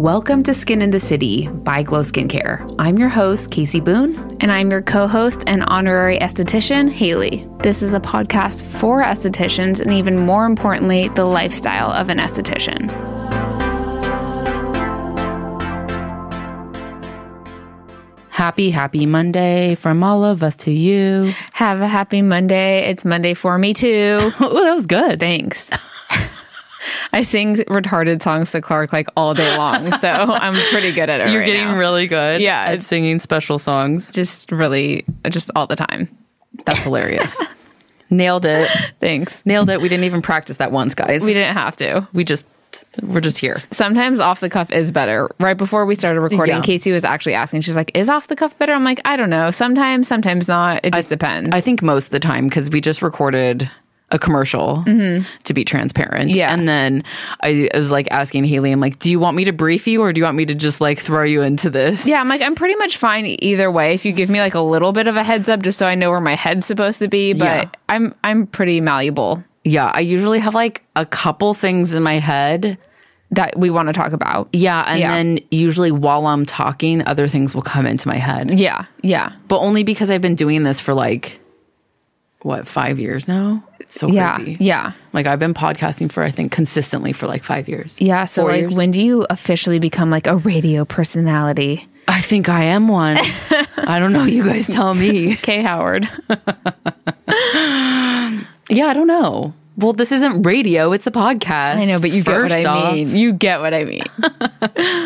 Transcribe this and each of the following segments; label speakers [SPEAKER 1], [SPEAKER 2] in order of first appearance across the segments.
[SPEAKER 1] Welcome to Skin in the City by Glow Skincare. I'm your host, Casey Boone.
[SPEAKER 2] And I'm your co host and honorary esthetician, Haley. This is a podcast for estheticians and, even more importantly, the lifestyle of an esthetician.
[SPEAKER 1] Happy, happy Monday from all of us to you.
[SPEAKER 2] Have a happy Monday. It's Monday for me, too.
[SPEAKER 1] Oh, that was good.
[SPEAKER 2] Thanks. I sing retarded songs to Clark like all day long, so I'm pretty good at it.
[SPEAKER 1] You're
[SPEAKER 2] right
[SPEAKER 1] getting
[SPEAKER 2] now.
[SPEAKER 1] really good
[SPEAKER 2] Yeah,
[SPEAKER 1] at
[SPEAKER 2] it's-
[SPEAKER 1] singing special songs.
[SPEAKER 2] just really just all the time.
[SPEAKER 1] That's hilarious. Nailed it.
[SPEAKER 2] Thanks.
[SPEAKER 1] Nailed it. We didn't even practice that once, guys.
[SPEAKER 2] We
[SPEAKER 1] We,
[SPEAKER 2] didn't have to.
[SPEAKER 1] we just, we're just here.
[SPEAKER 2] Sometimes off the cuff is better. Right before we started recording,
[SPEAKER 1] Yeah.
[SPEAKER 2] Casey was actually asking, she's like, Is off the cuff better? I'm like, I don't know. Sometimes, sometimes not. It just depends.
[SPEAKER 1] I think most of the time because we just recorded a commercial to be transparent.
[SPEAKER 2] Yeah.
[SPEAKER 1] And then I, I was like asking Haley, I'm like, do you want me to brief you or do you want me to just like throw you into this?
[SPEAKER 2] yeah, I'm like, I'm pretty much fine either way. If you give me like a little bit of a heads up just so I know where my head's supposed to be, but
[SPEAKER 1] Yeah.
[SPEAKER 2] I'm I'm pretty malleable
[SPEAKER 1] Yeah. I usually have like a couple things in my head.
[SPEAKER 2] that we want to talk about.
[SPEAKER 1] Yeah. And
[SPEAKER 2] Yeah.
[SPEAKER 1] then usually while I'm talking, other things will come into my head.
[SPEAKER 2] Yeah. Yeah.
[SPEAKER 1] But only because I've been doing this for like, what, five years now? It's so
[SPEAKER 2] Yeah.
[SPEAKER 1] crazy.
[SPEAKER 2] Yeah.
[SPEAKER 1] Like I've been podcasting for, I think, consistently for like five years.
[SPEAKER 2] Yeah. So,
[SPEAKER 1] Four
[SPEAKER 2] like,
[SPEAKER 1] years.
[SPEAKER 2] when do you officially become like a radio personality?
[SPEAKER 1] I think I am one. I don't know. You guys tell me.
[SPEAKER 2] Kay Howard.
[SPEAKER 1] Yeah, I don't know. Well, this isn't radio, it's a podcast.
[SPEAKER 2] I know, but you get what
[SPEAKER 1] First
[SPEAKER 2] I
[SPEAKER 1] off,
[SPEAKER 2] mean. You get what I mean.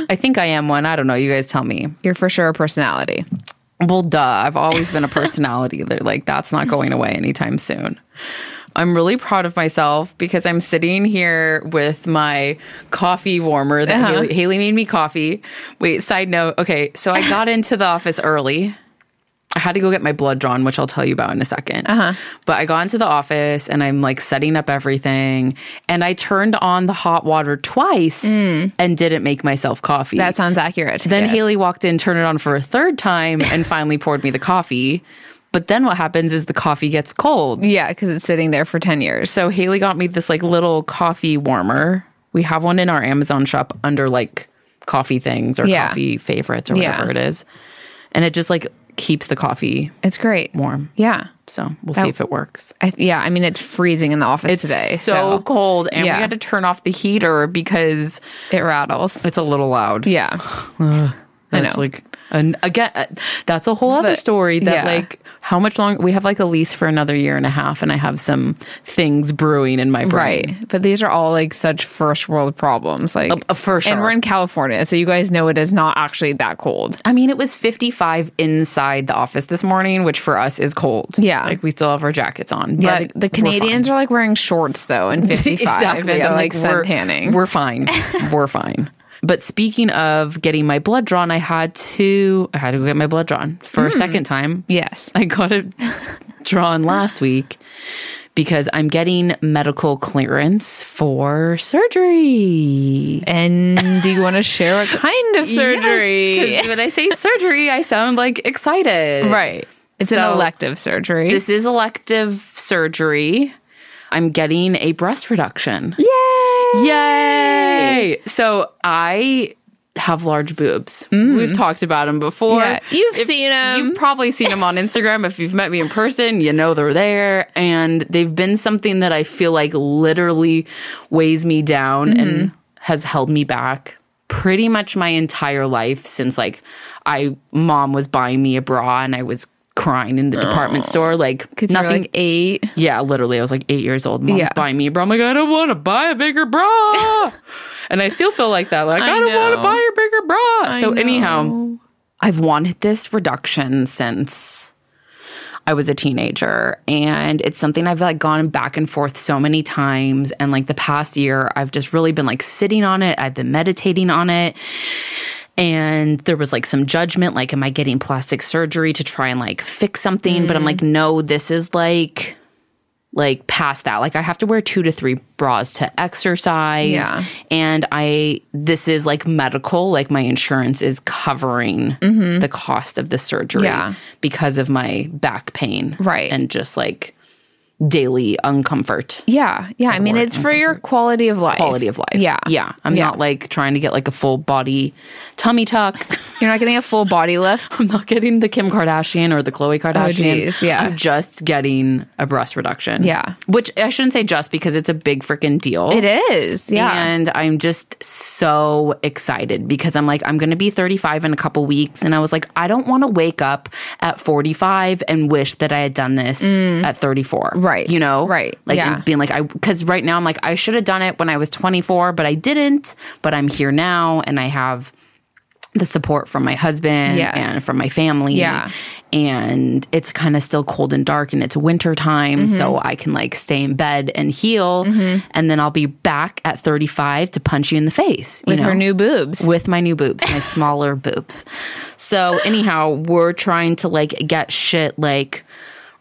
[SPEAKER 1] I think I am one. I don't know. You guys tell me.
[SPEAKER 2] You're for sure a personality.
[SPEAKER 1] Well, duh. I've always been a personality. They're like, that's not going away anytime soon. I'm really proud of myself because I'm sitting here with my coffee warmer that Haley, Haley made me coffee. Wait, side note. Okay, so I got into the office early. I had to go get my blood drawn, which I'll tell you about in a 2nd But I got into the office and I'm like setting up everything. And I turned on the hot water twice and didn't make myself coffee.
[SPEAKER 2] That sounds accurate.
[SPEAKER 1] Then
[SPEAKER 2] Yes.
[SPEAKER 1] Haley walked in, turned it on for a third time, and finally poured me the coffee. But then what happens is the coffee gets cold.
[SPEAKER 2] Yeah, because it's sitting there for 10 years.
[SPEAKER 1] So Haley got me this like little coffee warmer. We have one in our Amazon shop under like coffee things or
[SPEAKER 2] Yeah.
[SPEAKER 1] coffee favorites or
[SPEAKER 2] Yeah.
[SPEAKER 1] whatever it is. And it just like keeps the coffee
[SPEAKER 2] It's great.
[SPEAKER 1] warm.
[SPEAKER 2] Yeah.
[SPEAKER 1] So we'll see if it works.
[SPEAKER 2] I, yeah, I mean, it's freezing in the office today.
[SPEAKER 1] so,
[SPEAKER 2] So,
[SPEAKER 1] cold. And
[SPEAKER 2] Yeah.
[SPEAKER 1] we had to turn off the heater because
[SPEAKER 2] it rattles.
[SPEAKER 1] it's a little loud.
[SPEAKER 2] Yeah. I
[SPEAKER 1] That's
[SPEAKER 2] know.
[SPEAKER 1] like and again uh, that's a whole other
[SPEAKER 2] But-
[SPEAKER 1] story that
[SPEAKER 2] yeah.
[SPEAKER 1] like how much long we have like a lease for another year and a half and I have some things brewing in my brain.
[SPEAKER 2] Right. But these are all like such first world problems. Like,
[SPEAKER 1] uh, for sure.
[SPEAKER 2] And we're in California. So, you guys know it is not actually that cold.
[SPEAKER 1] I mean it was 55 inside the office this morning which for us is cold.
[SPEAKER 2] Yeah.
[SPEAKER 1] Like we still have our jackets on.
[SPEAKER 2] Yeah,
[SPEAKER 1] but
[SPEAKER 2] the, the
[SPEAKER 1] we're fine.
[SPEAKER 2] Canadians are like wearing shorts though in 55 and
[SPEAKER 1] exactly.
[SPEAKER 2] they're
[SPEAKER 1] I'm
[SPEAKER 2] like, sun
[SPEAKER 1] we're-
[SPEAKER 2] tanning.
[SPEAKER 1] We're fine. we're fine. But speaking of getting my blood drawn, I had to I had to go get my blood drawn for a second time.
[SPEAKER 2] yes.
[SPEAKER 1] I got it drawn last week because I'm getting medical clearance for surgery.
[SPEAKER 2] And do you want to share what kind of surgery?
[SPEAKER 1] Yes, 'cause when I say surgery, I sound like excited.
[SPEAKER 2] right. It's
[SPEAKER 1] So-
[SPEAKER 2] an elective surgery.
[SPEAKER 1] This is elective surgery. I'm getting a breast reduction.
[SPEAKER 2] Yay!
[SPEAKER 1] Yay! So I have large boobs. We've talked about them before.
[SPEAKER 2] Mm. Yeah, you've seen 'em.
[SPEAKER 1] You've probably seen them on Instagram. If you've met me in person, you know they're there. And they've been something that I feel like literally weighs me down and has held me back pretty much my entire life since like I mom was buying me a bra and I was crying in the department store. Like
[SPEAKER 2] Nothing
[SPEAKER 1] nothing
[SPEAKER 2] like eight.
[SPEAKER 1] yeah, literally, I was like eight years old. Mom's
[SPEAKER 2] Yeah.
[SPEAKER 1] buying me a bra. I'm like, I don't want to buy a bigger bra. and I still feel like that. Like, I,
[SPEAKER 2] I
[SPEAKER 1] don't want to
[SPEAKER 2] know.
[SPEAKER 1] buy a bigger bra. so,
[SPEAKER 2] know.
[SPEAKER 1] anyhow, I've wanted this reduction since I was a teenager. And it's something I've like gone back and forth so many times. And like the past year, I've just really been like sitting on it, I've been meditating on it and there was like some judgment like am i getting plastic surgery to try and like fix something but i'm like no this is like like past that like i have to wear two to three bras to exercise
[SPEAKER 2] Yeah.
[SPEAKER 1] and i this is like medical like my insurance is covering the cost of the surgery
[SPEAKER 2] Yeah.
[SPEAKER 1] because of my back pain
[SPEAKER 2] Right.
[SPEAKER 1] and just like daily uncomfort
[SPEAKER 2] Yeah. Yeah. I mean,
[SPEAKER 1] word
[SPEAKER 2] it's for your quality of life.
[SPEAKER 1] quality of life.
[SPEAKER 2] Yeah.
[SPEAKER 1] Yeah. I'm
[SPEAKER 2] Yeah.
[SPEAKER 1] not like trying to get like a full body tummy tuck.
[SPEAKER 2] You're not getting a full body lift.
[SPEAKER 1] I'm not getting the Kim Kardashian or the Khloe Kardashian.
[SPEAKER 2] Oh, geez, yeah.
[SPEAKER 1] I'm just getting a breast reduction.
[SPEAKER 2] Yeah.
[SPEAKER 1] Which I shouldn't say just because it's a big freaking deal.
[SPEAKER 2] It is. Yeah.
[SPEAKER 1] And I'm just so excited because I'm like, I'm going to be 35 in a couple weeks. And I was like, I don't want to wake up at 45 and wish that I had done this at 34.
[SPEAKER 2] Mm. Right.
[SPEAKER 1] You know?
[SPEAKER 2] Right.
[SPEAKER 1] Like,
[SPEAKER 2] Yeah.
[SPEAKER 1] and being like, I, because right now I'm like, I should have done it when I was 24, but I didn't. But I'm here now and I have the support from my husband
[SPEAKER 2] Yes.
[SPEAKER 1] and from my family.
[SPEAKER 2] Yeah.
[SPEAKER 1] And it's kind of still cold and dark and it's winter time.
[SPEAKER 2] Mm-hmm.
[SPEAKER 1] So I can like stay in bed and heal. And then I'll be back at 35 to punch you in the face. you
[SPEAKER 2] With her
[SPEAKER 1] know?
[SPEAKER 2] new boobs.
[SPEAKER 1] with my new boobs, my smaller boobs. So anyhow, we're trying to like get shit like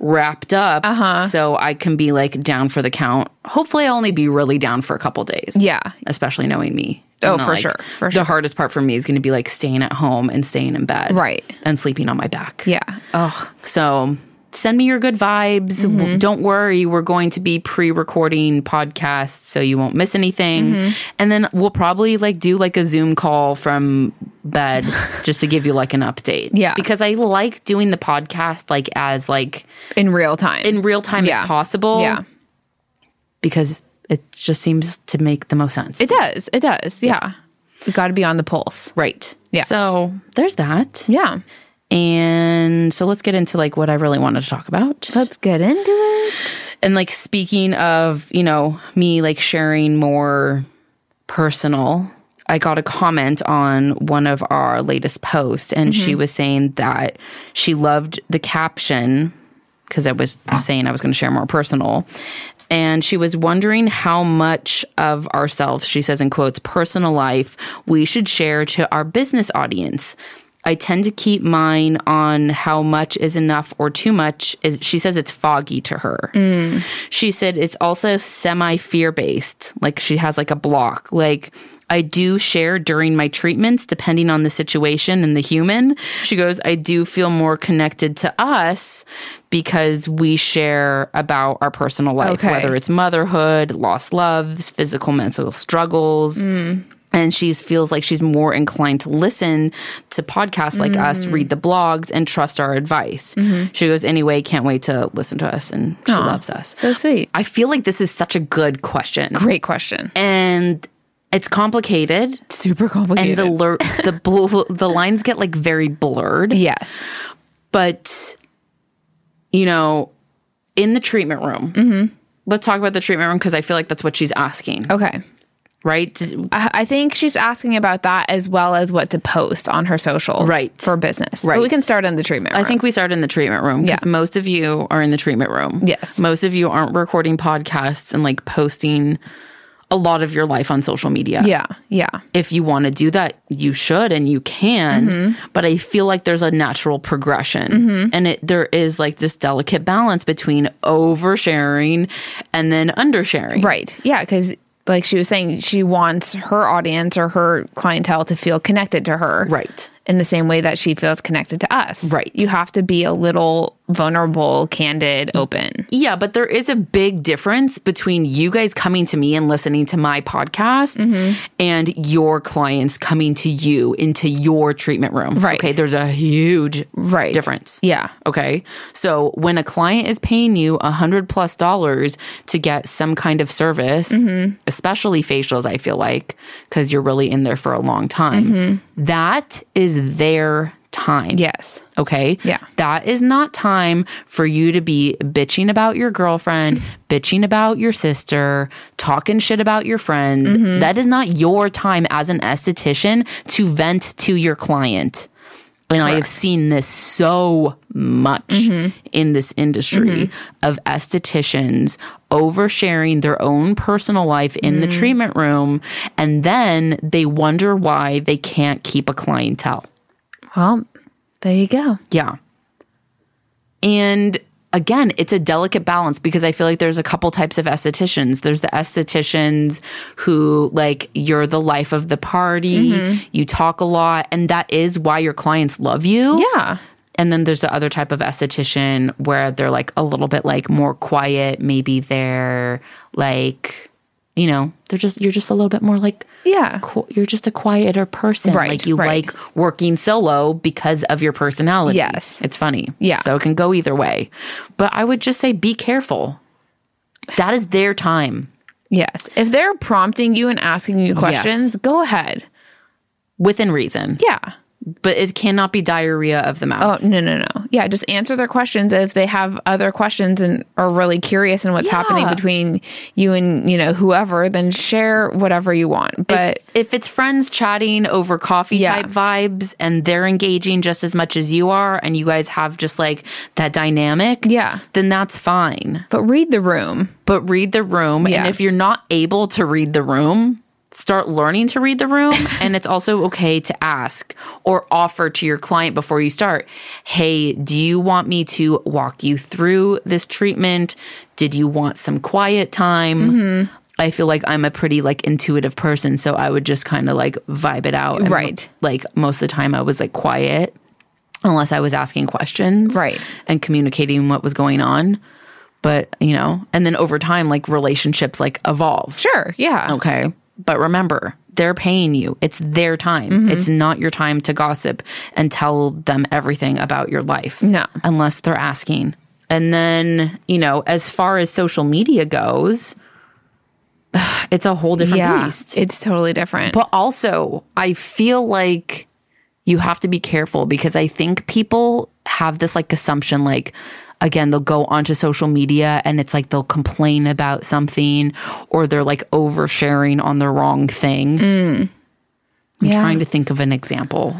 [SPEAKER 1] wrapped up
[SPEAKER 2] Uh-huh.
[SPEAKER 1] so I can be like down for the count. Hopefully I'll only be really down for a couple days.
[SPEAKER 2] Yeah.
[SPEAKER 1] Especially knowing me.
[SPEAKER 2] Oh,
[SPEAKER 1] You know,
[SPEAKER 2] for
[SPEAKER 1] like,
[SPEAKER 2] sure, for
[SPEAKER 1] the hardest part for me is going to be like staying at home and staying in bed.
[SPEAKER 2] Right.
[SPEAKER 1] And sleeping on my back.
[SPEAKER 2] Yeah.
[SPEAKER 1] Oh, so send me your good vibes.
[SPEAKER 2] Mm-hmm.
[SPEAKER 1] W- Don't worry, we're going to be pre-recording podcasts so you won't miss anything.
[SPEAKER 2] Mm-hmm.
[SPEAKER 1] And then we'll probably like do like a Zoom call from bed just to give you like an update.
[SPEAKER 2] Yeah.
[SPEAKER 1] Because I like doing the podcast like as like
[SPEAKER 2] In real time.
[SPEAKER 1] in real time
[SPEAKER 2] Yeah.
[SPEAKER 1] as possible.
[SPEAKER 2] Yeah.
[SPEAKER 1] Because it just seems to make the most sense.
[SPEAKER 2] It does. It does. Yeah. You got to be on the pulse.
[SPEAKER 1] right.
[SPEAKER 2] Yeah.
[SPEAKER 1] So there's that.
[SPEAKER 2] Yeah.
[SPEAKER 1] And so let's get into like what I really wanted to talk about.
[SPEAKER 2] Let's get into it.
[SPEAKER 1] and like speaking of you know me like sharing more personal i got a comment on one of our latest posts and she was saying that she loved the caption because i was saying i was going to share more personal and she was wondering how much of ourselves she says in quotes personal life we should share to our business audience I tend to keep mine on how much is enough or too much. Is she says it's foggy to her. She said it's also semi fear based. Like she has like a block. Like I do share during my treatments, depending on the situation and the human. She goes, I do feel more connected to us because we share about our personal life,
[SPEAKER 2] Okay.
[SPEAKER 1] whether it's motherhood, lost loves, physical, mental struggles and she feels like she's more inclined to listen to podcasts like us, read the blogs, and trust our advice. She goes, anyway, can't wait to listen to us, and she loves us.
[SPEAKER 2] So sweet.
[SPEAKER 1] I feel like this is such a good question,
[SPEAKER 2] Great question.
[SPEAKER 1] and it's complicated,
[SPEAKER 2] Super
[SPEAKER 1] and
[SPEAKER 2] complicated.
[SPEAKER 1] the lur- the bl- the lines get like very blurred
[SPEAKER 2] yes.
[SPEAKER 1] but you know in the treatment room let's talk about the treatment room because i feel like that's what she's asking
[SPEAKER 2] Okay.
[SPEAKER 1] right
[SPEAKER 2] I I think she's asking about that as well as what to post on her social,
[SPEAKER 1] Right.
[SPEAKER 2] for business.
[SPEAKER 1] Right.
[SPEAKER 2] but we can start on the treatment.
[SPEAKER 1] i think we started in the treatment room because
[SPEAKER 2] Yeah.
[SPEAKER 1] most of you are in the treatment room
[SPEAKER 2] Yes.
[SPEAKER 1] most of you aren't recording podcasts and like posting a lot of your life on social media
[SPEAKER 2] yeah, yeah,
[SPEAKER 1] if you want to do that, you should and you can.
[SPEAKER 2] Mm-hmm.
[SPEAKER 1] But I feel like there's a natural progression, and it there is like this delicate balance between oversharing and then undersharing.
[SPEAKER 2] right, yeah. Because like she was saying, she wants her audience or her clientele to feel connected to her,
[SPEAKER 1] Right.
[SPEAKER 2] in the same way that she feels connected to us,
[SPEAKER 1] Right.
[SPEAKER 2] You have to be a little vulnerable, candid, open.
[SPEAKER 1] Yeah, but there is a big difference between you guys coming to me and listening to my podcast
[SPEAKER 2] Mm-hmm.
[SPEAKER 1] and your clients coming to you into your treatment room.
[SPEAKER 2] Right.
[SPEAKER 1] Okay. There's a huge
[SPEAKER 2] Right.
[SPEAKER 1] difference.
[SPEAKER 2] Yeah,
[SPEAKER 1] Okay. So when a client is paying you a hundred plus dollars to get some kind of service,
[SPEAKER 2] Mm-hmm.
[SPEAKER 1] especially facials, I feel like, because you're really in there for a long time,
[SPEAKER 2] Mm-hmm.
[SPEAKER 1] that is their time.
[SPEAKER 2] yes,
[SPEAKER 1] Okay.
[SPEAKER 2] Yeah.
[SPEAKER 1] That is not time for you to be bitching about your girlfriend, bitching about your sister, talking shit about your friends. That is not your time as an esthetician to vent to your client. And I have seen this so much in this industry of estheticians oversharing their own personal life in the treatment room. And then they wonder why they can't keep a clientele.
[SPEAKER 2] well, there you go.
[SPEAKER 1] Yeah. And again, it's a delicate balance because I feel like there's a couple types of estheticians. There's the estheticians who, like, you're the life of the party, you talk a lot, and that is why your clients love you.
[SPEAKER 2] Yeah,
[SPEAKER 1] And then there's the other type of esthetician where they're like a little bit like more quiet. Maybe they're like, you know, they're just, you're just a little bit more like,
[SPEAKER 2] Yeah.
[SPEAKER 1] qu- you're just a quieter person.
[SPEAKER 2] Right,
[SPEAKER 1] Like you
[SPEAKER 2] right.
[SPEAKER 1] like working solo because of your personality.
[SPEAKER 2] Yes.
[SPEAKER 1] It's funny.
[SPEAKER 2] Yeah.
[SPEAKER 1] So it can go either way. But I would just say be careful. That is their time
[SPEAKER 2] Yes. If they're prompting you and asking you questions, go ahead.
[SPEAKER 1] within reason.
[SPEAKER 2] Yeah.
[SPEAKER 1] But it cannot be diarrhea of the mouth.
[SPEAKER 2] Oh, no, no, no. Yeah, just answer their questions if they have other questions and are really curious in what's happening
[SPEAKER 1] Yeah.
[SPEAKER 2] between you and, you know, whoever, then share whatever you want. But
[SPEAKER 1] if it's friends chatting over coffee
[SPEAKER 2] Yeah.
[SPEAKER 1] type vibes and they're engaging just as much as you are and you guys have just like that dynamic,
[SPEAKER 2] Yeah.
[SPEAKER 1] then that's fine.
[SPEAKER 2] but read the room.
[SPEAKER 1] But read the room
[SPEAKER 2] Yeah.
[SPEAKER 1] and if you're not able to read the room, start learning to read the room and it's also okay to ask or offer to your client before you start, "Hey, do you want me to walk you through this treatment? Did you want some quiet time?"
[SPEAKER 2] Mm-hmm.
[SPEAKER 1] I feel like I'm a pretty like intuitive person, so I would just kind of like vibe it out. And,
[SPEAKER 2] Right.
[SPEAKER 1] Like most of the time, I was like quiet, unless I was asking questions,
[SPEAKER 2] Right.
[SPEAKER 1] and communicating what was going on. But you know, and then over time, like relationships like evolve.
[SPEAKER 2] Sure. Yeah.
[SPEAKER 1] Okay. But remember, they're paying you. It's their time.
[SPEAKER 2] Mm-hmm.
[SPEAKER 1] It's not your time to gossip and tell them everything about your life.
[SPEAKER 2] No.
[SPEAKER 1] Unless they're asking. And then, you know, as far as social media goes, it's a whole different
[SPEAKER 2] Yeah.
[SPEAKER 1] beast.
[SPEAKER 2] It's totally different.
[SPEAKER 1] But also, I feel like you have to be careful because I think people have this like assumption like, again, they'll go onto social media and it's like they'll complain about something or they're like oversharing on the wrong thing. I'm
[SPEAKER 2] Yeah.
[SPEAKER 1] trying to think of an example.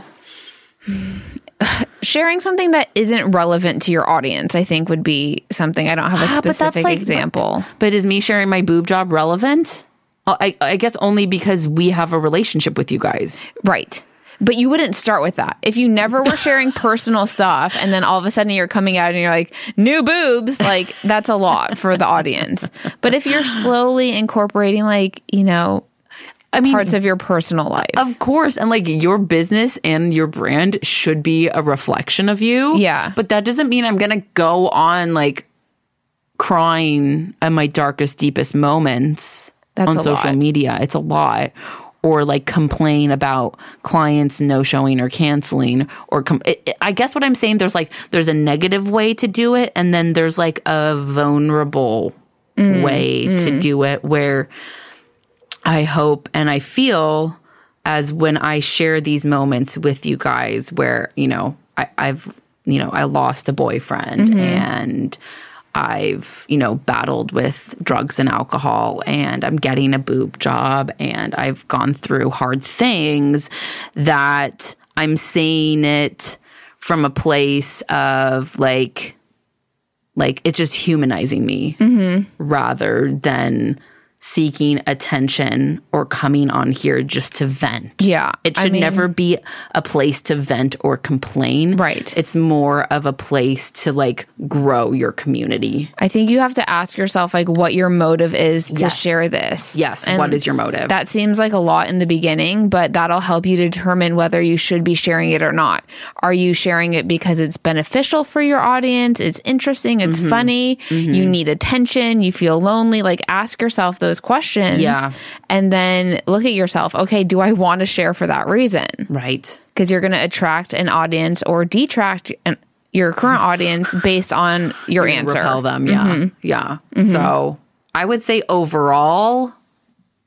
[SPEAKER 2] sharing something that isn't relevant to your audience, I think, would be something I don't have a
[SPEAKER 1] Ah, but that's
[SPEAKER 2] specific
[SPEAKER 1] like-
[SPEAKER 2] example.
[SPEAKER 1] But is me sharing my boob job relevant? I, I guess only because we have a relationship with you guys.
[SPEAKER 2] Right. But you wouldn't start with that. If you never were sharing personal stuff and then all of a sudden you're coming out and you're like, new boobs, like that's a lot for the audience. But if you're slowly incorporating, like, you know,
[SPEAKER 1] I mean,
[SPEAKER 2] parts of your personal life.
[SPEAKER 1] Of course. And like your business and your brand should be a reflection of you.
[SPEAKER 2] Yeah.
[SPEAKER 1] But that doesn't mean I'm going to go on like crying at my darkest, deepest moments
[SPEAKER 2] That's
[SPEAKER 1] on
[SPEAKER 2] a
[SPEAKER 1] social
[SPEAKER 2] lot.
[SPEAKER 1] media. It's a lot. Or like complain about clients no showing or canceling. Or com- I- I I guess what I'm saying, there's like, there's a negative way to do it. And then there's like a vulnerable
[SPEAKER 2] Mm,
[SPEAKER 1] way to do it where. I hope and I feel as when I share these moments with you guys where, you know, I, I've, you know, I lost a boyfriend and I've, you know, battled with drugs and alcohol and I'm getting a boob job and I've gone through hard things that I'm saying it from a place of like, like it's just humanizing me
[SPEAKER 2] Mm-hmm.
[SPEAKER 1] rather than seeking attention or coming on here just to vent.
[SPEAKER 2] yeah.
[SPEAKER 1] It
[SPEAKER 2] I
[SPEAKER 1] should
[SPEAKER 2] mean,
[SPEAKER 1] never be a place to vent or complain.
[SPEAKER 2] Right.
[SPEAKER 1] It's more of a place to like grow your community.
[SPEAKER 2] I think you have to ask yourself, like, what your motive is to
[SPEAKER 1] Yes.
[SPEAKER 2] share this.
[SPEAKER 1] Yes.
[SPEAKER 2] And
[SPEAKER 1] what is your motive?
[SPEAKER 2] That seems like a lot in the beginning, but that'll help you determine whether you should be sharing it or not. Are you sharing it because it's beneficial for your audience? It's interesting, it's
[SPEAKER 1] Mm-hmm.
[SPEAKER 2] funny, you need attention, you feel lonely? Like ask yourself those questions.
[SPEAKER 1] Yeah.
[SPEAKER 2] And then look at yourself. Okay, do I want to share for that reason?
[SPEAKER 1] right.
[SPEAKER 2] Because you're going to attract an audience or detract an, your current audience based on your answer.
[SPEAKER 1] Repel them. Yeah.
[SPEAKER 2] Mm-hmm.
[SPEAKER 1] Yeah. So I would say overall,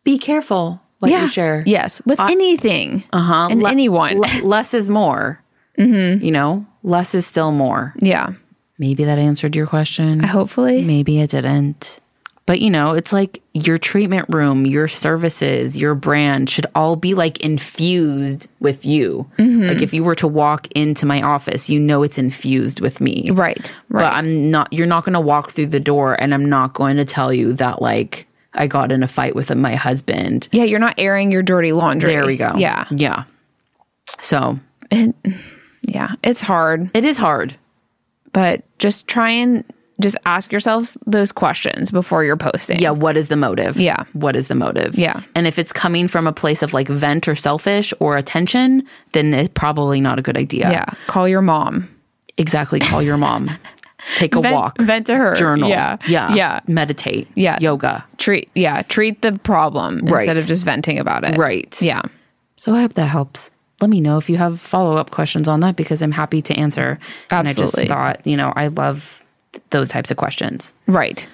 [SPEAKER 1] be careful what
[SPEAKER 2] Yeah.
[SPEAKER 1] you share. Uh,
[SPEAKER 2] Yes, with anything.
[SPEAKER 1] Uh-huh.
[SPEAKER 2] And
[SPEAKER 1] Le-
[SPEAKER 2] anyone.
[SPEAKER 1] le- less is more.
[SPEAKER 2] Mm-hmm.
[SPEAKER 1] You know, less is still more.
[SPEAKER 2] yeah.
[SPEAKER 1] Maybe that answered your question.
[SPEAKER 2] Hopefully.
[SPEAKER 1] Maybe it didn't. But you know, it's like your treatment room, your services, your brand should all be like infused with you.
[SPEAKER 2] Mm-hmm.
[SPEAKER 1] Like if you were to walk into my office, you know it's infused with me.
[SPEAKER 2] Right. Right.
[SPEAKER 1] But I'm not you're not going to walk through the door and I'm not going to tell you that like I got in a fight with my husband.
[SPEAKER 2] Yeah, you're not airing your dirty laundry.
[SPEAKER 1] There we go.
[SPEAKER 2] Yeah.
[SPEAKER 1] Yeah. So,
[SPEAKER 2] Yeah. It's hard,
[SPEAKER 1] it is hard.
[SPEAKER 2] but just try and just ask yourselves those questions before you're posting.
[SPEAKER 1] Yeah, what is the motive?
[SPEAKER 2] Yeah.
[SPEAKER 1] What is the motive?
[SPEAKER 2] Yeah.
[SPEAKER 1] And if it's coming from a place of like vent or selfish or attention, then it's probably not a good idea.
[SPEAKER 2] Yeah. Call your mom.
[SPEAKER 1] Exactly. Call your mom. Take a
[SPEAKER 2] Vent-
[SPEAKER 1] walk.
[SPEAKER 2] vent to her.
[SPEAKER 1] Journal.
[SPEAKER 2] Yeah.
[SPEAKER 1] Yeah.
[SPEAKER 2] Yeah.
[SPEAKER 1] Meditate.
[SPEAKER 2] Yeah.
[SPEAKER 1] Yoga.
[SPEAKER 2] Treat yeah, treat the problem
[SPEAKER 1] Right.
[SPEAKER 2] instead of just venting about it.
[SPEAKER 1] Right.
[SPEAKER 2] Yeah.
[SPEAKER 1] So I hope that helps. Let me know if you have follow up questions on that because I'm happy to answer. And
[SPEAKER 2] Absolutely.
[SPEAKER 1] I just thought, you know, I love th- those types of questions.
[SPEAKER 2] Right.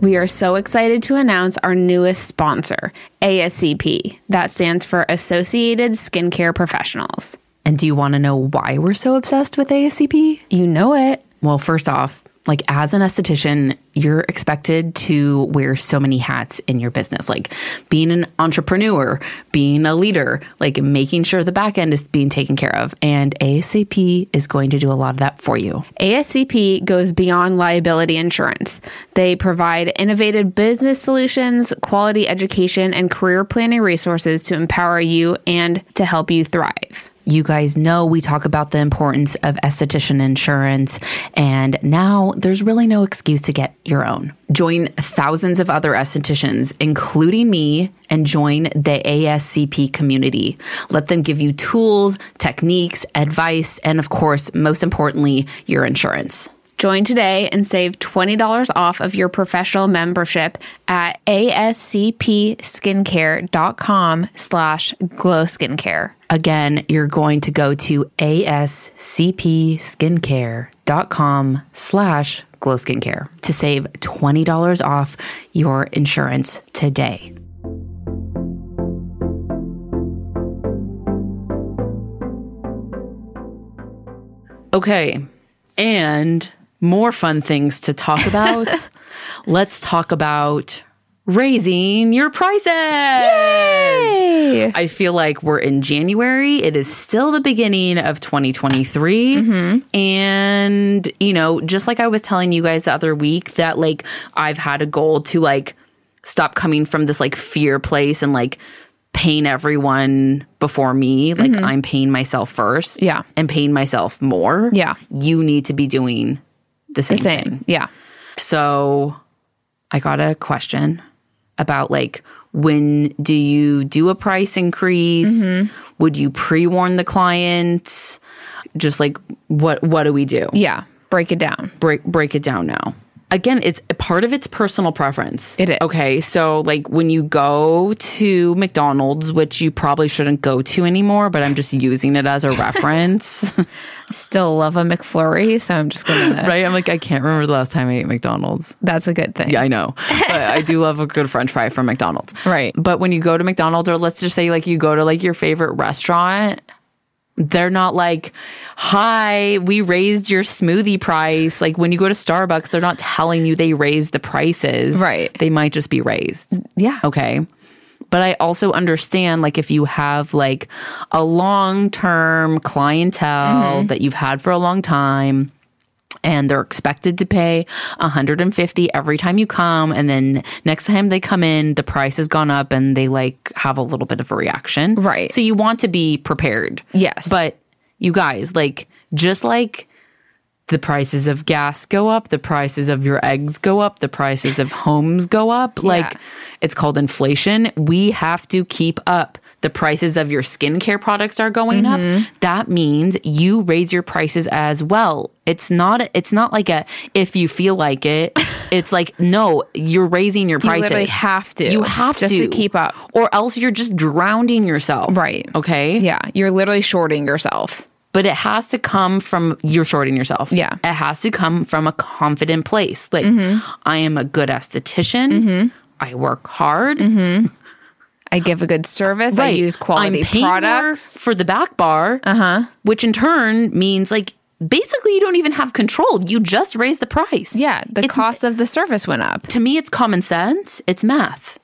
[SPEAKER 2] We are so excited to announce our newest sponsor, ASCP. That stands for Associated Skincare Professionals.
[SPEAKER 1] And do you want to know why we're so obsessed with ASCP?
[SPEAKER 2] You know it.
[SPEAKER 1] Well, first off, like as an esthetician, you're expected to wear so many hats in your business, like being an entrepreneur, being a leader, like making sure the back end is being taken care of. And ASAP is going to do a lot of that for you.
[SPEAKER 2] ASCP goes beyond liability insurance. They provide innovative business solutions, quality education, and career planning resources to empower you and to help you thrive.
[SPEAKER 1] You guys know we talk about the importance of esthetician insurance, and now there's really no excuse to get your own. Join thousands of other estheticians, including me, and join the ASCP community. Let them give you tools, techniques, advice, and of course, most importantly, your insurance.
[SPEAKER 2] Join today and save $20 off of your professional membership at ascpskincare.com slash glow skincare.
[SPEAKER 1] Again, you're going to go to ascpskincare.com slash glow skincare to save $20 off your insurance today. Okay, and more fun things to talk about. Let's talk about raising your prices. I feel like we're in January. It is still the beginning of 2023.
[SPEAKER 2] Mm-hmm.
[SPEAKER 1] And, you know, just like I was telling you guys the other week, that like I've had a goal to like stop coming from this like fear place and like paying everyone before me. Like I'm paying myself first.
[SPEAKER 2] Mm-hmm. Yeah.
[SPEAKER 1] And paying myself more.
[SPEAKER 2] Yeah.
[SPEAKER 1] You need to be doing the same,
[SPEAKER 2] The same.
[SPEAKER 1] thing.
[SPEAKER 2] Yeah.
[SPEAKER 1] So I got a question about like when do you do a price increase? Would you pre-warn the clients? Just like what what do we do?
[SPEAKER 2] Yeah. Break it down.
[SPEAKER 1] Break break it down now. Again, it's a part of its personal preference.
[SPEAKER 2] It is.
[SPEAKER 1] Okay. So like when you go to McDonald's, which you probably shouldn't go to anymore, but I'm just using it as a reference.
[SPEAKER 2] Still love a McFlurry, so I'm just going to.
[SPEAKER 1] right? I'm like, I can't remember the last time I ate McDonald's.
[SPEAKER 2] That's a good thing.
[SPEAKER 1] Yeah, I know. But I do love a good french fry from McDonald's.
[SPEAKER 2] Right.
[SPEAKER 1] But when you go to McDonald's or let's just say like you go to like your favorite restaurant, they're not like, "Hi, we raised your smoothie price." Like when you go to Starbucks, they're not telling you they raised the prices.
[SPEAKER 2] Right.
[SPEAKER 1] They might just be raised.
[SPEAKER 2] Yeah.
[SPEAKER 1] Okay. But I also understand like if you have like a long-term clientele that you've had for a long time, and they're expected to pay 150 every time you come and then next time they come in the price has gone up and they like have a little bit of a reaction
[SPEAKER 2] Right.
[SPEAKER 1] so you want to be prepared
[SPEAKER 2] Yes.
[SPEAKER 1] but you guys like just like the prices of gas go up the prices of your eggs go up the prices of homes go up like it's called inflation we have to keep up the prices of your skincare products are going
[SPEAKER 2] Mm-hmm.
[SPEAKER 1] up that means you raise your prices as well it's not it's not like a if you feel like it it's like no you're raising your prices
[SPEAKER 2] literally have to,
[SPEAKER 1] you have
[SPEAKER 2] just
[SPEAKER 1] to
[SPEAKER 2] to keep up.
[SPEAKER 1] or else you're just drowning yourself
[SPEAKER 2] Right.
[SPEAKER 1] okay
[SPEAKER 2] Yeah. You're literally shorting yourself.
[SPEAKER 1] but it has to come from you're shorting yourself.
[SPEAKER 2] Yeah. Mm-hmm.
[SPEAKER 1] It has to come from a confident place. Like I am a good esthetician. I work hard.
[SPEAKER 2] I give a good service. Mm-hmm. I use quality
[SPEAKER 1] I'm paying more
[SPEAKER 2] products.
[SPEAKER 1] for the back bar. Uh-huh. Which in turn means like basically you don't even have control. You just raise the price.
[SPEAKER 2] Yeah. The
[SPEAKER 1] It's-
[SPEAKER 2] cost of the service went up.
[SPEAKER 1] to me it's common sense. It's math.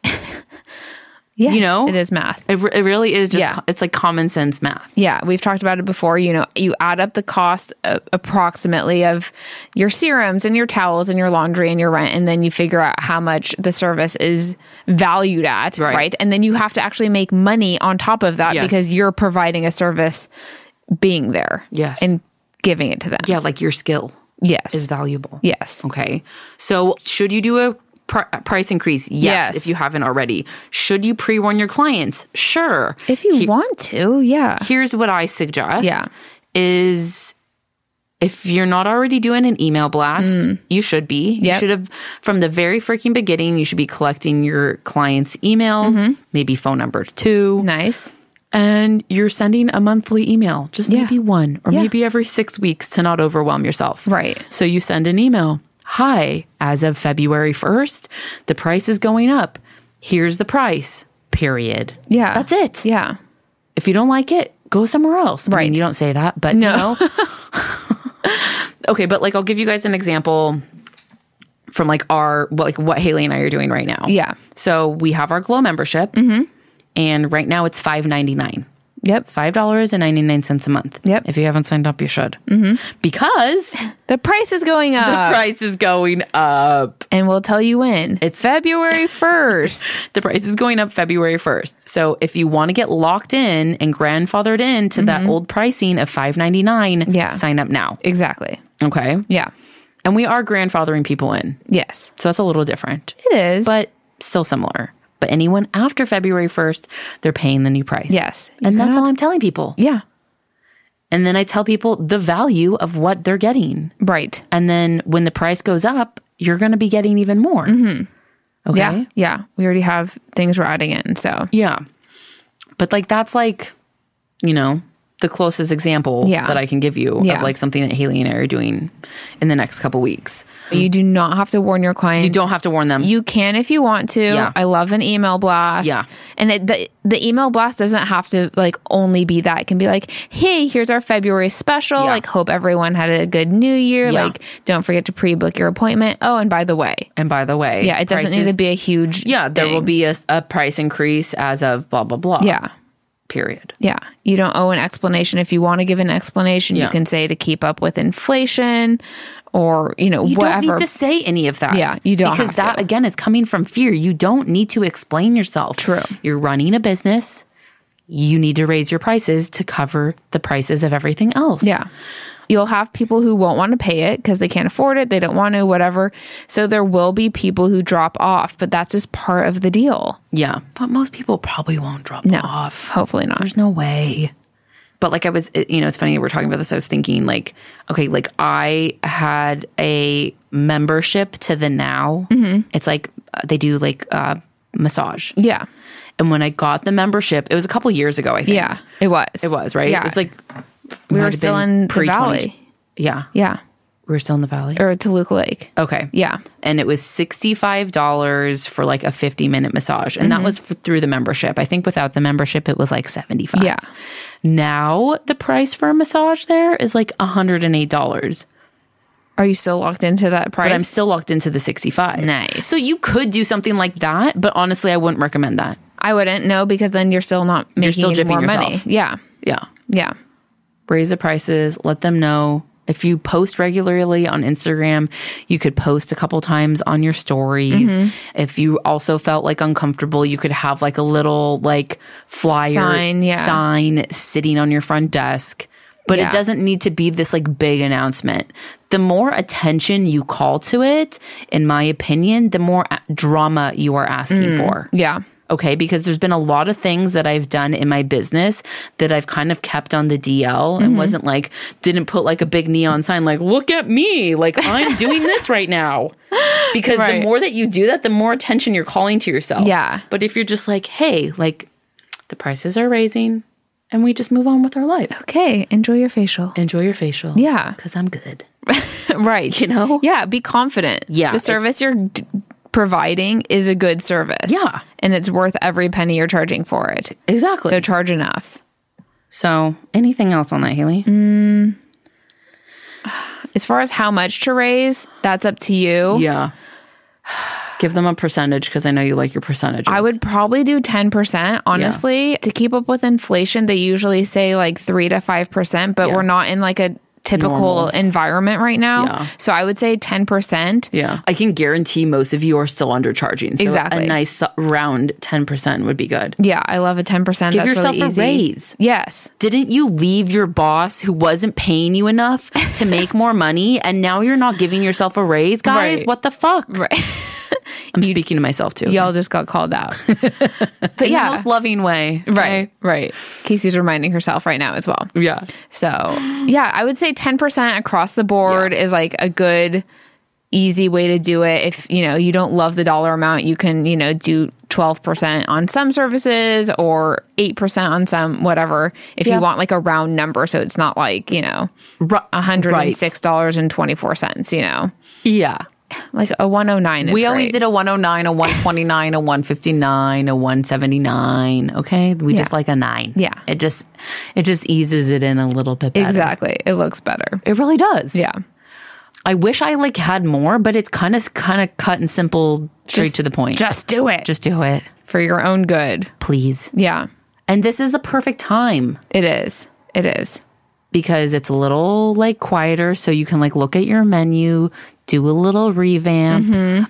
[SPEAKER 2] Yes,
[SPEAKER 1] You know?
[SPEAKER 2] it is math.
[SPEAKER 1] It, re- it really is just
[SPEAKER 2] Yeah.
[SPEAKER 1] co- it's like common sense math.
[SPEAKER 2] Yeah, we've talked about it before. You know, you add up the cost uh, approximately of your serums and your towels and your laundry and your rent, and then you figure out how much the service is valued at,
[SPEAKER 1] Right.
[SPEAKER 2] right? And then you have to actually make money on top of that
[SPEAKER 1] Yes.
[SPEAKER 2] because you're providing a service being there
[SPEAKER 1] Yes.
[SPEAKER 2] and giving it to them.
[SPEAKER 1] Yeah, like your skill
[SPEAKER 2] Yes.
[SPEAKER 1] is valuable.
[SPEAKER 2] yes.
[SPEAKER 1] Okay. So, should you do a Pr- price increase, yes,
[SPEAKER 2] Yes.
[SPEAKER 1] if you haven't already. Should you pre warn your clients? Sure.
[SPEAKER 2] If you want to, yeah.
[SPEAKER 1] Here's what I suggest
[SPEAKER 2] Yeah.
[SPEAKER 1] is if you're not already doing an email blast, you should be. You
[SPEAKER 2] Mm. Yep.
[SPEAKER 1] should have from the very freaking beginning, you should be collecting your clients' emails,
[SPEAKER 2] Mm-hmm.
[SPEAKER 1] maybe phone numbers too.
[SPEAKER 2] Nice.
[SPEAKER 1] And you're sending a monthly email, just
[SPEAKER 2] Yeah.
[SPEAKER 1] maybe one or
[SPEAKER 2] Yeah.
[SPEAKER 1] maybe every six weeks to not overwhelm yourself.
[SPEAKER 2] Right.
[SPEAKER 1] So you send an email Hi, as of February 1st, the price is going up. Here's the price, period.
[SPEAKER 2] Yeah.
[SPEAKER 1] That's it.
[SPEAKER 2] Yeah.
[SPEAKER 1] If you don't like it, go somewhere else. I mean,
[SPEAKER 2] Right.
[SPEAKER 1] you don't say that, but no. okay, but like I'll give you guys an example from like our, what, like what Haley and I are doing right now.
[SPEAKER 2] Yeah. Mm-hmm.
[SPEAKER 1] So we have our Glow membership, and right now it's five ninety nine.
[SPEAKER 2] Yep.
[SPEAKER 1] Five dollars and ninety nine cents a month.
[SPEAKER 2] Yep.
[SPEAKER 1] If you haven't signed up, you should mm-hmm. because
[SPEAKER 2] The price is going up.
[SPEAKER 1] price is going up.
[SPEAKER 2] and we'll tell you when. It's February 1st.
[SPEAKER 1] The price is going up February first. So if you want to get locked in and grandfathered in to that old pricing of five ninety nine,
[SPEAKER 2] Mm-hmm. Yeah.
[SPEAKER 1] sign up now.
[SPEAKER 2] exactly.
[SPEAKER 1] Okay,
[SPEAKER 2] Yeah.
[SPEAKER 1] and we are grandfathering people in,
[SPEAKER 2] Yes.
[SPEAKER 1] so that's a little different,
[SPEAKER 2] It is.
[SPEAKER 1] but still similar. But anyone after February first, they're paying the new price.
[SPEAKER 2] Yes.
[SPEAKER 1] and
[SPEAKER 2] You're
[SPEAKER 1] that's
[SPEAKER 2] not-
[SPEAKER 1] all I'm telling people.
[SPEAKER 2] yeah.
[SPEAKER 1] And then I tell people the value of what they're getting.
[SPEAKER 2] Right.
[SPEAKER 1] And then when the price goes up, you're going to be getting even more. Okay.
[SPEAKER 2] Mm-hmm. Yeah. Yeah. We already have things we're adding in. So,
[SPEAKER 1] Yeah. But like, that's like, you know, the closest example
[SPEAKER 2] Yeah.
[SPEAKER 1] that I can give you
[SPEAKER 2] Yeah.
[SPEAKER 1] of like something that Haley and I are doing in the next couple weeks.
[SPEAKER 2] you do not have to warn your clients.
[SPEAKER 1] You don't have to warn them.
[SPEAKER 2] You can if you want to.
[SPEAKER 1] Yeah.
[SPEAKER 2] I love an email blast.
[SPEAKER 1] Yeah.
[SPEAKER 2] And it, the the email blast doesn't have to like only be that. It can be like, hey, here's our February special.
[SPEAKER 1] Yeah.
[SPEAKER 2] Like, hope everyone had a good New Year.
[SPEAKER 1] Yeah.
[SPEAKER 2] Like, don't forget to pre book your appointment. Oh, and by the way,
[SPEAKER 1] and by the way,
[SPEAKER 2] yeah, it doesn't need
[SPEAKER 1] prices-
[SPEAKER 2] to be a huge.
[SPEAKER 1] Yeah, there will
[SPEAKER 2] thing.
[SPEAKER 1] be a, a price increase as of blah, blah, blah.
[SPEAKER 2] Yeah.
[SPEAKER 1] Period.
[SPEAKER 2] Yeah. You don't owe an explanation. If you want to give an explanation,
[SPEAKER 1] Yeah.
[SPEAKER 2] you can say to keep up with inflation or, you know,
[SPEAKER 1] You
[SPEAKER 2] whatever.
[SPEAKER 1] don't need to say any of that.
[SPEAKER 2] Yeah, you don't
[SPEAKER 1] because
[SPEAKER 2] have
[SPEAKER 1] that
[SPEAKER 2] to.
[SPEAKER 1] again is coming from fear. You don't need to explain yourself.
[SPEAKER 2] True.
[SPEAKER 1] You're running a business. You need to raise your prices to cover the prices of everything else.
[SPEAKER 2] Yeah. You'll have people who won't want to pay it because they can't afford it, they don't want to, whatever. So there will be people who drop off, but that's just part of the deal.
[SPEAKER 1] yeah. But most people probably won't drop
[SPEAKER 2] No,
[SPEAKER 1] off.
[SPEAKER 2] hopefully not.
[SPEAKER 1] There's no way. But like I was, it- you know, it's funny that we're talking about this. I was thinking like, okay, like I had a membership to the Now. It's like uh, they do like uh, massage,
[SPEAKER 2] Mm-hmm. Yeah.
[SPEAKER 1] and when I got the membership, it was a couple years ago. I think.
[SPEAKER 2] Yeah. It was.
[SPEAKER 1] It was right.
[SPEAKER 2] Yeah.
[SPEAKER 1] It's like
[SPEAKER 2] we
[SPEAKER 1] might
[SPEAKER 2] were
[SPEAKER 1] have
[SPEAKER 2] still
[SPEAKER 1] been
[SPEAKER 2] in the
[SPEAKER 1] pre-20.
[SPEAKER 2] valley.
[SPEAKER 1] Yeah,
[SPEAKER 2] Yeah.
[SPEAKER 1] we were still in the valley.
[SPEAKER 2] Or Toluca Lake.
[SPEAKER 1] Okay.
[SPEAKER 2] Yeah.
[SPEAKER 1] And it was $65 for like a 50 minute massage. And
[SPEAKER 2] Mm-hmm.
[SPEAKER 1] that was f- through the membership. I think without the membership, it was like 75
[SPEAKER 2] Yeah.
[SPEAKER 1] Now the price for a massage there is like $108.
[SPEAKER 2] Are you still locked into that price?
[SPEAKER 1] But I'm still locked into the 65
[SPEAKER 2] Nice.
[SPEAKER 1] So you could do something like that. But honestly, I wouldn't recommend that.
[SPEAKER 2] I wouldn't know because then you're still not making
[SPEAKER 1] still
[SPEAKER 2] any
[SPEAKER 1] gypping
[SPEAKER 2] more money.
[SPEAKER 1] yourself.
[SPEAKER 2] Yeah.
[SPEAKER 1] Yeah.
[SPEAKER 2] Yeah.
[SPEAKER 1] raise the prices, let them know. If you post regularly on Instagram, you could post a couple times on your stories.
[SPEAKER 2] Mm-hmm.
[SPEAKER 1] If you also felt like uncomfortable, you could have like a little like flyer
[SPEAKER 2] Sign, yeah.
[SPEAKER 1] sign sitting on your front desk. But
[SPEAKER 2] Yeah.
[SPEAKER 1] it doesn't need to be this like big announcement. The more attention you call to it, in my opinion, the more a- drama you are asking
[SPEAKER 2] Mm.
[SPEAKER 1] for.
[SPEAKER 2] Yeah.
[SPEAKER 1] Okay, because there's been a lot of things that I've done in my business that I've kind of kept on the DL
[SPEAKER 2] Mm-hmm.
[SPEAKER 1] and wasn't like, didn't put like a big neon sign, like, look at me, like, I'm doing this right now. Because
[SPEAKER 2] Right.
[SPEAKER 1] the more that you do that, the more attention you're calling to yourself.
[SPEAKER 2] Yeah.
[SPEAKER 1] But if you're just like, hey, like, the prices are raising and we just move on with our life,
[SPEAKER 2] Okay. Enjoy your facial.
[SPEAKER 1] enjoy your facial.
[SPEAKER 2] Yeah.
[SPEAKER 1] Because I'm good.
[SPEAKER 2] right. You
[SPEAKER 1] know?
[SPEAKER 2] Yeah. Be confident.
[SPEAKER 1] Yeah.
[SPEAKER 2] The service you're d- providing is a good service.
[SPEAKER 1] Yeah.
[SPEAKER 2] And it's worth every penny you're charging for it.
[SPEAKER 1] Exactly.
[SPEAKER 2] So charge enough.
[SPEAKER 1] so anything else on that, Haley?
[SPEAKER 2] Mm. As far as how much to raise, that's up to you.
[SPEAKER 1] Yeah. Give them a percentage because I know you like your percentages.
[SPEAKER 2] I would probably do 10%, honestly. To keep up with inflation, they usually say like 3 to 5%, but we're not in like a typical
[SPEAKER 1] Normal.
[SPEAKER 2] environment right now.
[SPEAKER 1] Yeah.
[SPEAKER 2] So I would say 10%.
[SPEAKER 1] Yeah. I can guarantee most of you are still undercharging. So
[SPEAKER 2] Exactly.
[SPEAKER 1] A nice su- round 10% would be good.
[SPEAKER 2] Yeah, I love a 10%. Give That's
[SPEAKER 1] yourself
[SPEAKER 2] really
[SPEAKER 1] a
[SPEAKER 2] easy.
[SPEAKER 1] raise.
[SPEAKER 2] Yes.
[SPEAKER 1] Didn't you leave your boss who wasn't paying you enough to make more money and now you're not giving yourself a raise? Guys,
[SPEAKER 2] Right.
[SPEAKER 1] what the fuck?
[SPEAKER 2] Right.
[SPEAKER 1] I'm speaking to myself too.
[SPEAKER 2] Y'all just got called out. but
[SPEAKER 1] In the
[SPEAKER 2] yeah.
[SPEAKER 1] most loving way.
[SPEAKER 2] Right, right. Casey's reminding herself right now as well.
[SPEAKER 1] okay? Yeah.
[SPEAKER 2] So, yeah, I would say 10% across the board is like a good, easy way to do it. If, you know, you don't love the dollar amount, you can, you know, do 12% on some services or 8% on some, whatever, if
[SPEAKER 1] Yeah.
[SPEAKER 2] you want like a round number. So it's not like, you know,
[SPEAKER 1] Ru-
[SPEAKER 2] $106.24, you know,
[SPEAKER 1] Yeah.
[SPEAKER 2] like a 109 is
[SPEAKER 1] We always
[SPEAKER 2] great.
[SPEAKER 1] did a 109, a 129, a 159, a 179. Okay. We just
[SPEAKER 2] Yeah.
[SPEAKER 1] like a nine.
[SPEAKER 2] Yeah.
[SPEAKER 1] It just, it just eases it in a little bit better.
[SPEAKER 2] Exactly. It looks better.
[SPEAKER 1] It really does.
[SPEAKER 2] Yeah.
[SPEAKER 1] I wish I like had more, but it's kind of, kind of cut and simple, straight
[SPEAKER 2] Just-
[SPEAKER 1] to the point.
[SPEAKER 2] Just do it
[SPEAKER 1] just do it,
[SPEAKER 2] for your own good.
[SPEAKER 1] please.
[SPEAKER 2] Yeah.
[SPEAKER 1] And this is the perfect time
[SPEAKER 2] It is. It is.
[SPEAKER 1] because it's a little like quieter. So you can like look at your menu, do a little revamp,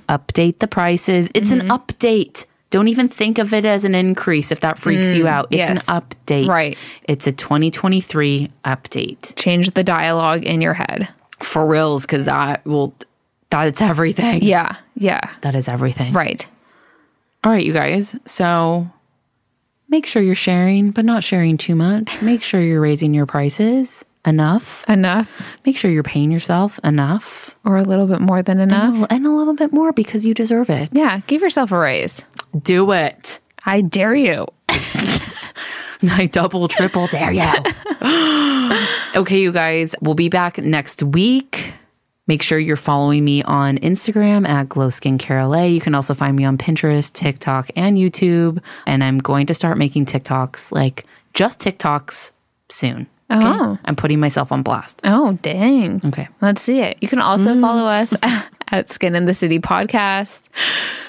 [SPEAKER 1] update the prices. It's an update. Don't even think of it as an increase if that freaks you out. It's
[SPEAKER 2] yes.
[SPEAKER 1] an update.
[SPEAKER 2] Right.
[SPEAKER 1] It's a 2023 update.
[SPEAKER 2] Change the dialogue in your head.
[SPEAKER 1] For reals, because that will, that is everything.
[SPEAKER 2] Yeah. Yeah.
[SPEAKER 1] That is everything.
[SPEAKER 2] Right.
[SPEAKER 1] All right, you guys. So make sure you're sharing, but not sharing too much. Make sure you're raising your prices enough.
[SPEAKER 2] Enough
[SPEAKER 1] Make sure you're paying yourself enough
[SPEAKER 2] or a little bit more than enough.
[SPEAKER 1] and a little bit more because you deserve it.
[SPEAKER 2] Yeah. Give yourself a raise.
[SPEAKER 1] Do it.
[SPEAKER 2] I dare you.
[SPEAKER 1] I double, triple dare you. okay, you guys, we'll be back next week. Make sure you're following me on Instagram at Glow Skincare LA. You can also find me on Pinterest, TikTok, and YouTube. And I'm going to start making TikToks, like just TikToks soon. Okay?
[SPEAKER 2] Oh.
[SPEAKER 1] I'm putting myself on blast.
[SPEAKER 2] Oh, dang.
[SPEAKER 1] Okay.
[SPEAKER 2] Let's see it. You can also follow us at Skin in the City Podcast.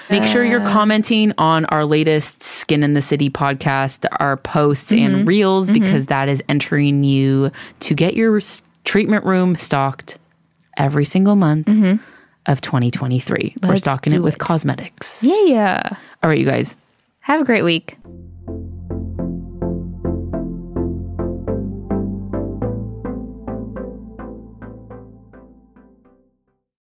[SPEAKER 1] Make sure you're commenting on our latest Skin in the City podcast, our posts
[SPEAKER 2] Mm-hmm.
[SPEAKER 1] and reels, because that is entering you to get your s- treatment room stocked every single month of 2023. We're
[SPEAKER 2] Mm-hmm. Let's
[SPEAKER 1] stocking it
[SPEAKER 2] do
[SPEAKER 1] with cosmetics.
[SPEAKER 2] Yeah.
[SPEAKER 1] All right, you guys.
[SPEAKER 2] Have a great week.